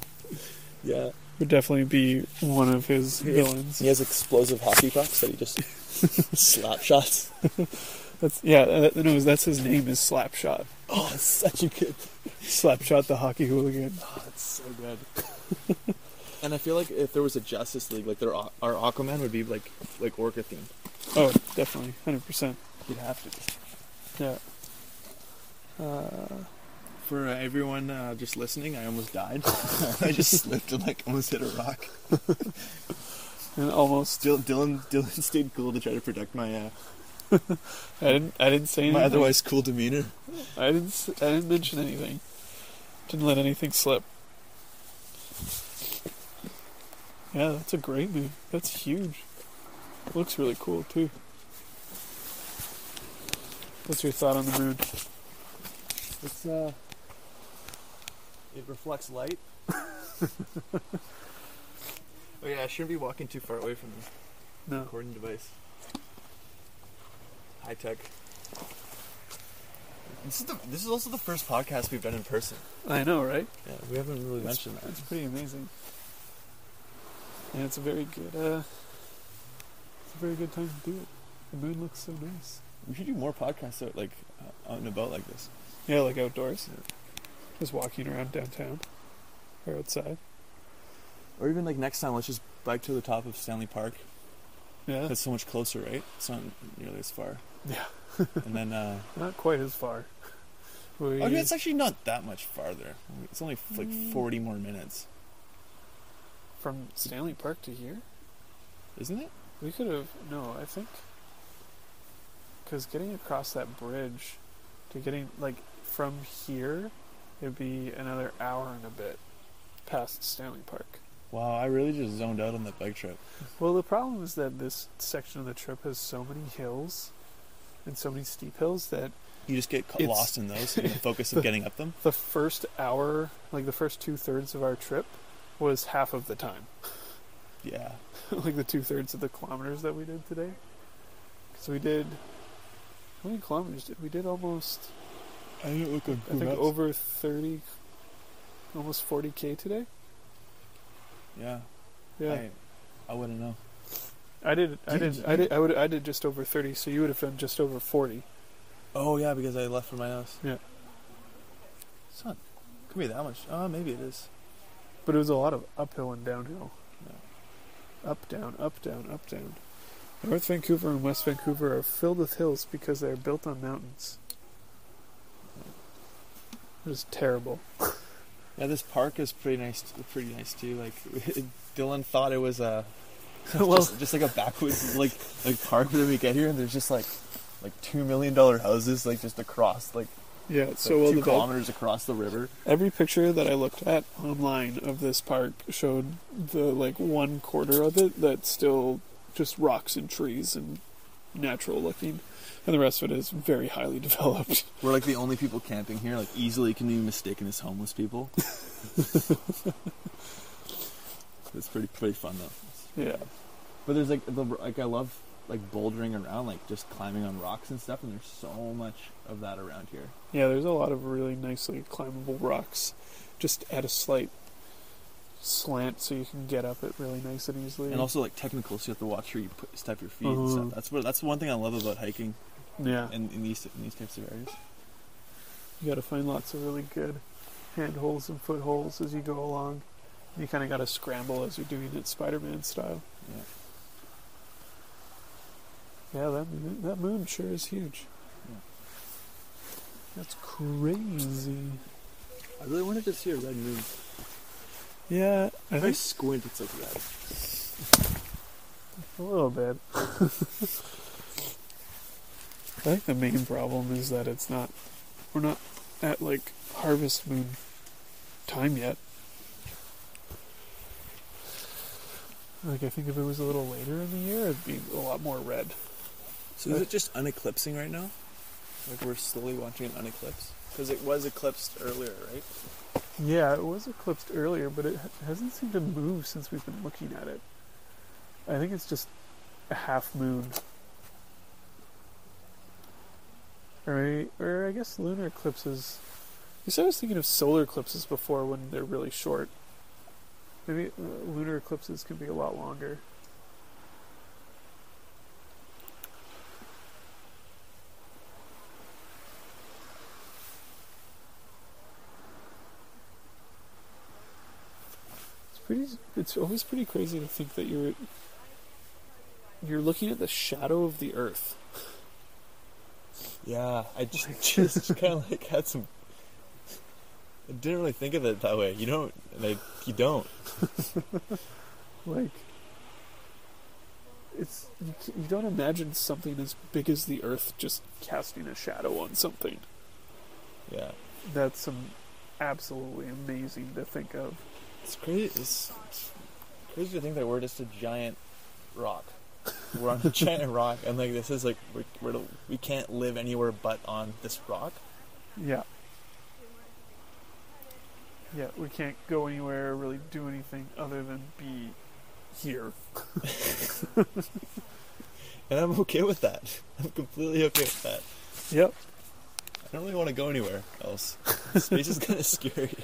A: Yeah.
C: would definitely be one of his villains.
A: He has explosive hockey pucks that he just (laughs) slap shots.
C: That's yeah. uh, That, no, that's his name is Slapshot.
A: Oh, it's such a good.
C: Slapshot the hockey hooligan.
A: Oh, it's so good. (laughs) and I feel like if there was a Justice League, like their Aqu- our Aquaman would be like like orca themed.
C: Oh, definitely, hundred percent.
A: You'd have to.
C: Yeah. Uh,
A: For uh, everyone uh, just listening, I almost (laughs) died. I just slipped and like almost hit a rock.
C: and almost.
A: Still, Dylan Dylan (laughs) stayed cool to try to protect my uh,
C: I didn't. I didn't say anything.
A: my otherwise cool demeanor.
C: I didn't. s- I didn't mention anything. Didn't let anything slip. Yeah, that's a great move. That's huge. Looks really cool too. What's your thought on the moon?
A: It's uh, it reflects (laughs) light. oh yeah, I shouldn't be walking too far away from the
C: No.
A: recording device. High tech. This is the, this is also the first podcast we've done in person.
C: I know, right?
A: Yeah, we haven't really
C: That's-
A: mentioned that.
C: It's pretty amazing. And it's a very good. Uh, it's a very good time to do it. The moon looks so nice.
A: We should do more podcasts out like uh, out and about like this.
C: Yeah, like outdoors.
A: Yeah.
C: Just walking around downtown or outside.
A: Or even like next time, let's just bike to the top of Stanley Park.
C: Yeah.
A: That's so much closer, right? It's not nearly as far.
C: Yeah.
A: (laughs) and then, uh,
C: Not quite as far. We,
A: I mean, it's actually not that much farther. It's only f- like
C: Mm.
A: 40 more minutes,
C: from Stanley Park to here?
A: isn't it?
C: We could have. No, I think. Because getting across that bridge to getting, like, from here, it'd be another hour and a bit past Stanley Park.
B: Wow, I really just zoned out on that bike trip.
C: Well, the problem is that this section of the trip has so many hills and so many steep hills that
B: You just get ca-
C: It's-
B: lost in
A: (laughs)
B: those in the focus of getting up them.
C: the first hour, like the first two thirds of our trip, was half of the time. (laughs)
B: Yeah.
C: like the two thirds of the kilometers that we did today. Because we did. How many kilometers did we did? Almost.
B: I didn't look on
C: I think over 30. Almost 40k today?
B: Yeah.
C: Yeah.
B: I, I wouldn't know.
C: I did. I
B: You-
C: did. I did. I would. I did just over thirty. So you would have done just over forty.
B: Oh yeah, because I left for my house.
C: Yeah.
B: Son, could be that much. Oh, maybe it is.
C: But it was a lot of uphill and downhill.
B: Yeah.
C: Up down. Up down. Up down. North Vancouver and West Vancouver are filled with hills because they are built on mountains. It is terrible.
B: Yeah, this park is pretty nice. Pretty nice too. Like (laughs) Dylan thought it was
C: (laughs)
B: a
C: Well-
B: just, just like a backwoods like like park. But then we get here and there's just like like two million dollar houses like just across like,
C: Yeah.
B: so
C: So well,
B: two
C: the bike-
B: kilometers across the river.
C: every picture that I looked at online of this park showed the like one quarter of it that's still just rocks and trees and natural looking, and the rest of it is very highly (laughs) developed.
B: We're like the only people camping here. Like easily can be mistaken as homeless (laughs) people. it's pretty pretty fun though.
C: Yeah.
B: But there's like the like I love like bouldering around, like just climbing on rocks and stuff, and there's so much of that around here.
C: Yeah, there's a lot of really nicely climbable rocks, just at a slight slant, so you can get up it really nice and easily.
B: And also like technical, so you have to watch where you put, step your feet and
C: Uh-huh.
B: stuff. That's what that's one thing I love about hiking
C: yeah,
B: in, in these in these types of areas.
C: you got to find lots of really good handholds and footholds as you go along. You kind of got to scramble as you're doing it, Spider-Man style.
B: Yeah.
C: Yeah, that moon, that moon sure is huge.
B: Yeah.
C: That's crazy.
B: I really wanted to see a red moon.
C: Yeah, I
B: If I
C: think
B: squint, it's like red.
C: a little (laughs) bit. I think the main problem is that it's not. We're not at like harvest moon time yet. Like I think if it was a little later in the year, it'd be a lot more red.
B: So is it just uneclipsing right now? Like we're slowly watching an uneclipse because it was eclipsed earlier, right?
C: Yeah, it was eclipsed earlier, but it ha- hasn't seemed to move since we've been looking at it. I think it's just a half moon. Or, maybe, or I guess lunar eclipses. You said I was thinking of solar eclipses before when they're really short. Maybe uh, lunar eclipses can be a lot longer. It's pretty. It's always pretty crazy to think that you're you're looking at the shadow of the Earth. (laughs)
B: Yeah, (laughs) I just just kind of like had some. I didn't really think of it that way. You don't like you don't.
C: Like, it's you, c- you don't imagine something as big as the Earth just casting a shadow on something.
B: Yeah,
C: That's some absolutely amazing to think of.
B: it's crazy. It's, it's crazy to think that we're just a giant rock. We're on a (laughs) giant rock, and like this is like we're, we're we can't live anywhere but on this rock.
C: Yeah. Yeah, we can't go anywhere or really do anything other than be here.
B: And I'm okay with that. (laughs) I'm completely okay with that.
C: Yep.
B: I don't really want to go anywhere else. Space is (laughs) kind of scary.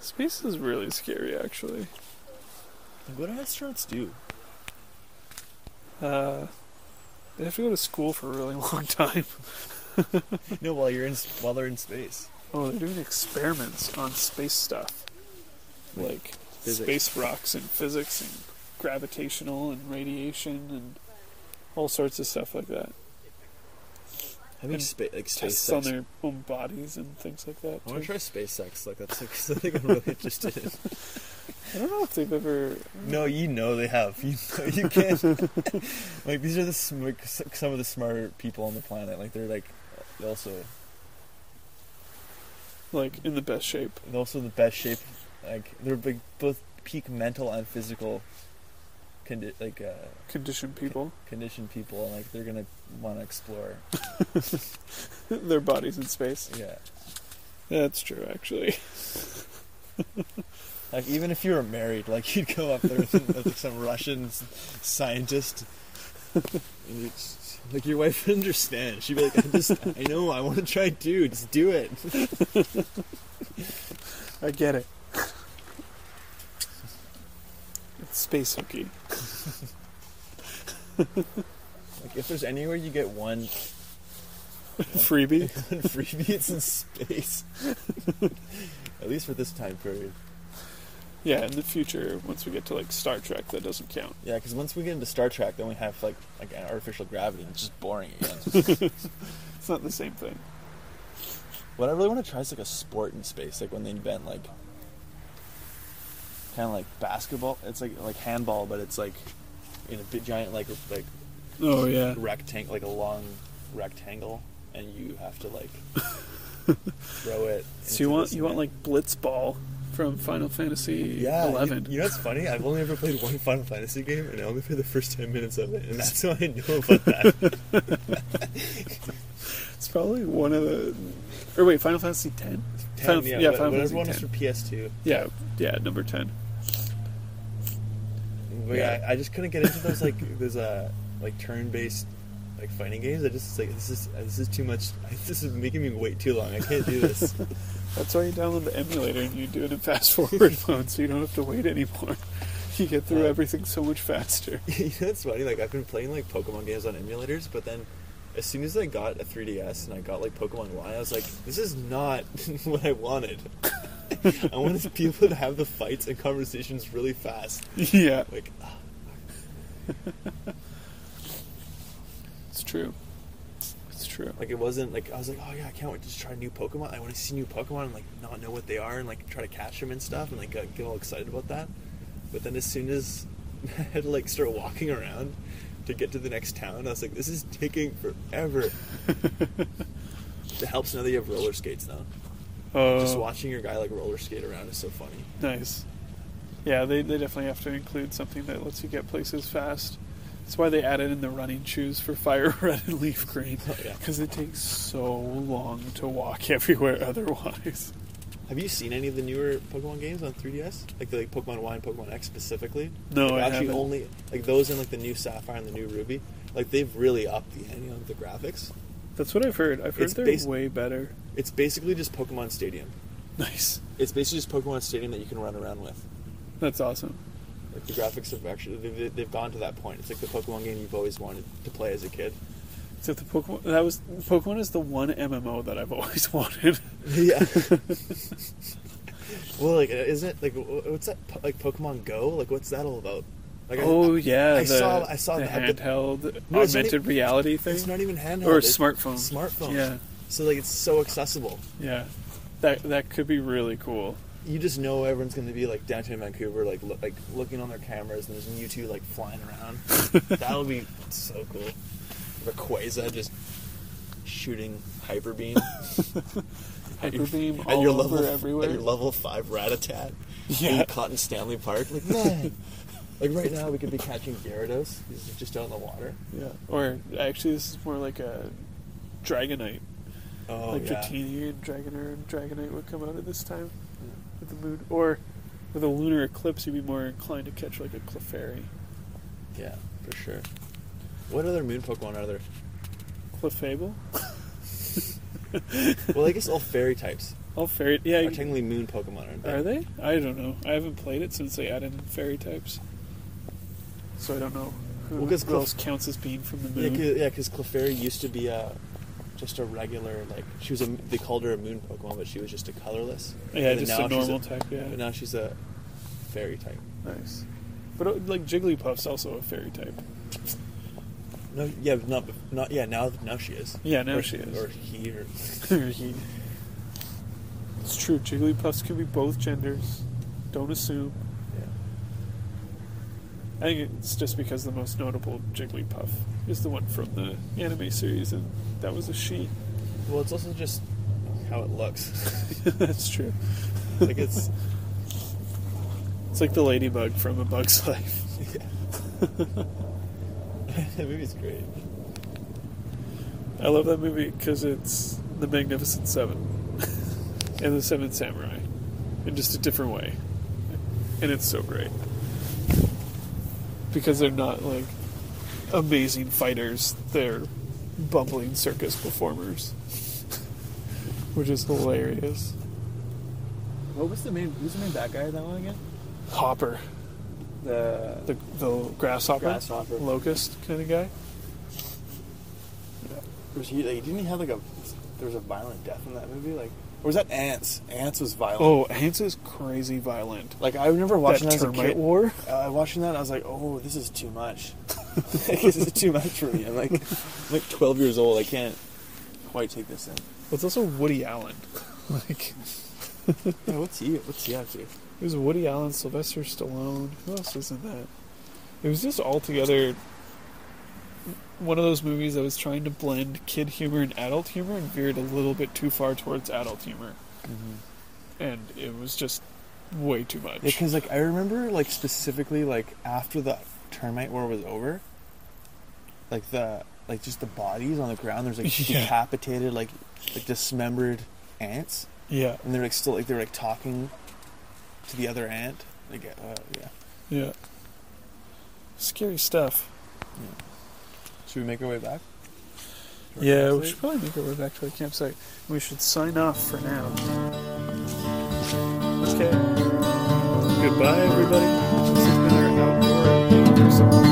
C: Space is really scary, actually.
B: Like, what do astronauts do?
C: Uh, they have to go to school for a really (laughs) long time.
B: No, while you're in s- while they're in space.
C: Oh, they're doing experiments on space stuff. Like
B: Physics.
C: space rocks and physics and gravitational and radiation and all sorts of stuff like that.
B: Having
C: And
B: spa- like space
C: Tests
B: sex.
C: on their own bodies and things like that.
B: I want to
C: too.
B: try SpaceX. Like that's like, (laughs) something I'm really interested in.
C: I don't know if they've ever.
B: No, you know they have. You know, you can't. (laughs) like these are the sm- like, s- some of the smarter people on the planet. Like they're like also
C: Like, in the best shape.
B: they're also the best shape. Like they're like both peak mental and physical condi- like uh,
C: Condition people, (laughs)
B: condition people, and like they're gonna want to explore.
C: their bodies in space.
B: Yeah,
C: That's true, actually. (laughs)
B: like even if you were married, like (laughs) you'd go up there with, with like, some Russian s- scientist, and you'd, s- like your wife would understand. She'd be like, "I just, I know, I want to try dudes. Do it." (laughs)
C: I get it. it's space hooky.
B: (laughs) Like if there's anywhere you get one (laughs)
C: Freebie.
B: freebie, it's in space. (laughs) At least for this time period.
C: Yeah, in the future, once we get to like Star Trek, that doesn't count.
B: Yeah, because once we get into Star Trek, then we have like like an artificial gravity, and it's just boring again.
C: It's not the same thing.
B: what I really want to try is like a sport in space, like when they invent like kind of like basketball. It's like like handball, but it's like in a big giant like like
C: Oh yeah.
B: rectangle, like a long rectangle, and you have to
C: (laughs)
B: like throw it.
C: So you
B: into
C: want
B: this
C: you want
B: net.
C: like Blitzball from Final Fantasy
B: Yeah, you-
C: eleven.
B: You, know what's funny? I've only ever played one Final Fantasy game, and I only played the first ten minutes of it, and that's all I know
C: (laughs)
B: about that.
C: It's probably one of the. Or wait, Final Fantasy ten. Final,
B: yeah,
C: yeah,
B: what-
C: Final
B: whatever one was
C: Fantasy
B: for
C: ten.
B: PS2.
C: Yeah, yeah, number ten.
B: But yeah, I just couldn't get into those like those uh like turn-based like fighting games. I just it's like this is this is too much. (laughs) This is making me wait too long. I can't do this. (laughs)
C: That's why you download the emulator and you do it in fast (laughs) forward mode, so you don't have to wait anymore. (laughs) You get through
B: Uh,
C: everything so much (laughs) faster.
B: you know, it's funny. Like I've been playing like Pokemon games on emulators, but then as soon as I got a 3DS and I got like Pokemon Y, I was like, this is not (laughs) what I wanted. (laughs) I wanted people to have the fights and conversations really fast.
C: Yeah,
B: Like, ah,
C: it's true. It's true.
B: like it wasn't like I was like, oh yeah, I can't wait to just try new Pokemon. I want to see new Pokemon and like not know what they are and like try to catch them and stuff and like uh, get all excited about that. But then as soon as (laughs) I had to like start walking around to get to the next town, I was like, this is taking forever. it helps now that you have roller skates now.
C: Oh,
B: Just watching your guy like roller skate around is so funny. (laughs)
C: Nice. Yeah, they, they definitely have to include something that lets you get places fast. That's why they added in the running shoes for fire (laughs) red and leaf green.
B: Oh, yeah.
C: Because it takes so long to walk (laughs) everywhere otherwise.
B: Have you seen any of the newer Pokemon games on 3DS? Like the like Pokemon Y and Pokemon X specifically?
C: No,
B: Like,
C: I
B: actually
C: haven't.
B: only like those and like the new Sapphire and the new Ruby. Like they've really upped the ante on the graphics.
C: That's what I've heard. I've heard
B: It's
C: they're
B: based-
C: way better.
B: It's basically just Pokemon Stadium.
C: Nice.
B: It's basically just Pokemon Stadium that you can run around with.
C: That's awesome.
B: Like the graphics have actually they've, they've gone to that point. It's like the Pokemon game you've always wanted to play as a
C: (laughs)
B: kid.
C: So the Pokemon that was Pokemon is the one MMO that I've (laughs) always wanted. (laughs)
B: yeah. well, like uh, isn't it like wh- what's that po- like Pokemon Go? Like what's that all about? Like I-
C: oh yeah,
B: I
C: the,
B: saw- I saw
C: the
B: that, but-
C: handheld
B: No, it's not
C: augmented
B: even-
C: reality
B: It's
C: thing.
B: not even handheld
C: Or
B: it's
C: smartphone.
B: Smartphone.
C: Yeah.
B: So like it's so accessible.
C: yeah, that that could be really cool.
B: You just know everyone's going to be like downtown Vancouver, like lo- like looking on their cameras, and there's Mewtwo like flying
C: (laughs)
B: around. That'll be so cool. Rayquaza just shooting hyper beam
C: Hyper
B: (laughs)
C: beam
B: at
C: all
B: your
C: over
B: level
C: everywhere.
B: at your level five Ratatat.
C: Yeah.
B: Being caught in Stanley Park, like man. like right now we could be catching Gyarados. He's just out in the water.
C: Yeah. Or actually, this is more like a Dragonite.
B: Oh
C: like Dratini and Dragonair and Dragonite would come out at this time with the moon. Or with a lunar eclipse, you'd be more inclined to catch like a Clefairy.
B: yeah, for sure. What other moon Pokemon are there?
C: Clefable? (laughs)
B: Well, I guess all fairy types
C: All fairy. Yeah.
B: are
C: you-
B: technically moon Pokemon, aren't they?
C: Are they? I don't know. I haven't played it since they added in fairy types. So I don't know who,
B: Well, 'cause
C: who
B: Clef-
C: else counts as being from the
B: Yeah,
C: moon.
B: cause, yeah, 'cause Clefairy used to be a just a regular like she was a they called her a moon Pokemon, but she was just a colorless.
C: Yeah,
B: And then
C: just a
B: now she's
C: normal type, yeah.
B: But now she's a fairy type.
C: Nice. But uh, like Jigglypuff's also a
B: (laughs)
C: fairy type.
B: No, yeah, but not not yeah. Now now she is.
C: Yeah, now
B: Or-
C: she is.
B: Or he
C: (laughs)
B: or (laughs)
C: it's true. Jigglypuffs can be both genders. Don't assume.
B: yeah.
C: I think it's just because the most notable Jigglypuff is the one from the anime series, and that was a she. (laughs)
B: Well, it's also just how it looks. (laughs)
C: That's true.
B: like it's.
C: It's like the ladybug from A Bug's (laughs) Life.
B: that movie's great.
C: I love that movie because it's The Magnificent Seven (laughs) and The Seven Samurai in just a different way. And it's so great. Because they're not like amazing fighters, they're bumbling circus performers, (laughs) which is hilarious.
B: What was the main? Who's the main bad guy in that one again?
C: Hopper,
B: The
C: the, the grasshopper,
B: Grasshopper.
C: locust kind of guy.
B: was he like? Didn't he have like a? There was a violent death in that movie, like. Or was that Ants? Ants was violent.
C: Oh, Hans is crazy violent.
B: Like I remember watching
C: Oh. that
B: that, as a
C: termite
B: kid.
C: war.
B: Uh, watching that, I was like, "Oh, this is too much. (laughs) Like, this is too much for me." I'm like, I'm like 12 years old. I can't quite take this in.
C: Well, it's also Woody Allen. (laughs) like
B: Yeah, what's he? What's he up to?
C: it was Woody Allen, Sylvester Stallone. Who else was in that? It was just altogether one of those movies that was trying to blend kid humor and adult humor and veered a little bit too far towards adult humor, Mm-hmm. and it was just way too much.
B: Yeah, because like I remember like specifically like after the termite war was over, like the like just the bodies on the ground. There's like
C: (laughs) Yeah.
B: decapitated, like like dismembered ants,
C: yeah,
B: and they're like still like they're like talking to the other ant. Like uh, yeah.
C: yeah. Scary stuff.
B: Should we make our way back? To our
C: Yeah,
B: campsite?
C: we should probably make our way back to our campsite. We should sign off for now. Okay. Goodbye, everybody. This has been our outdoor episode.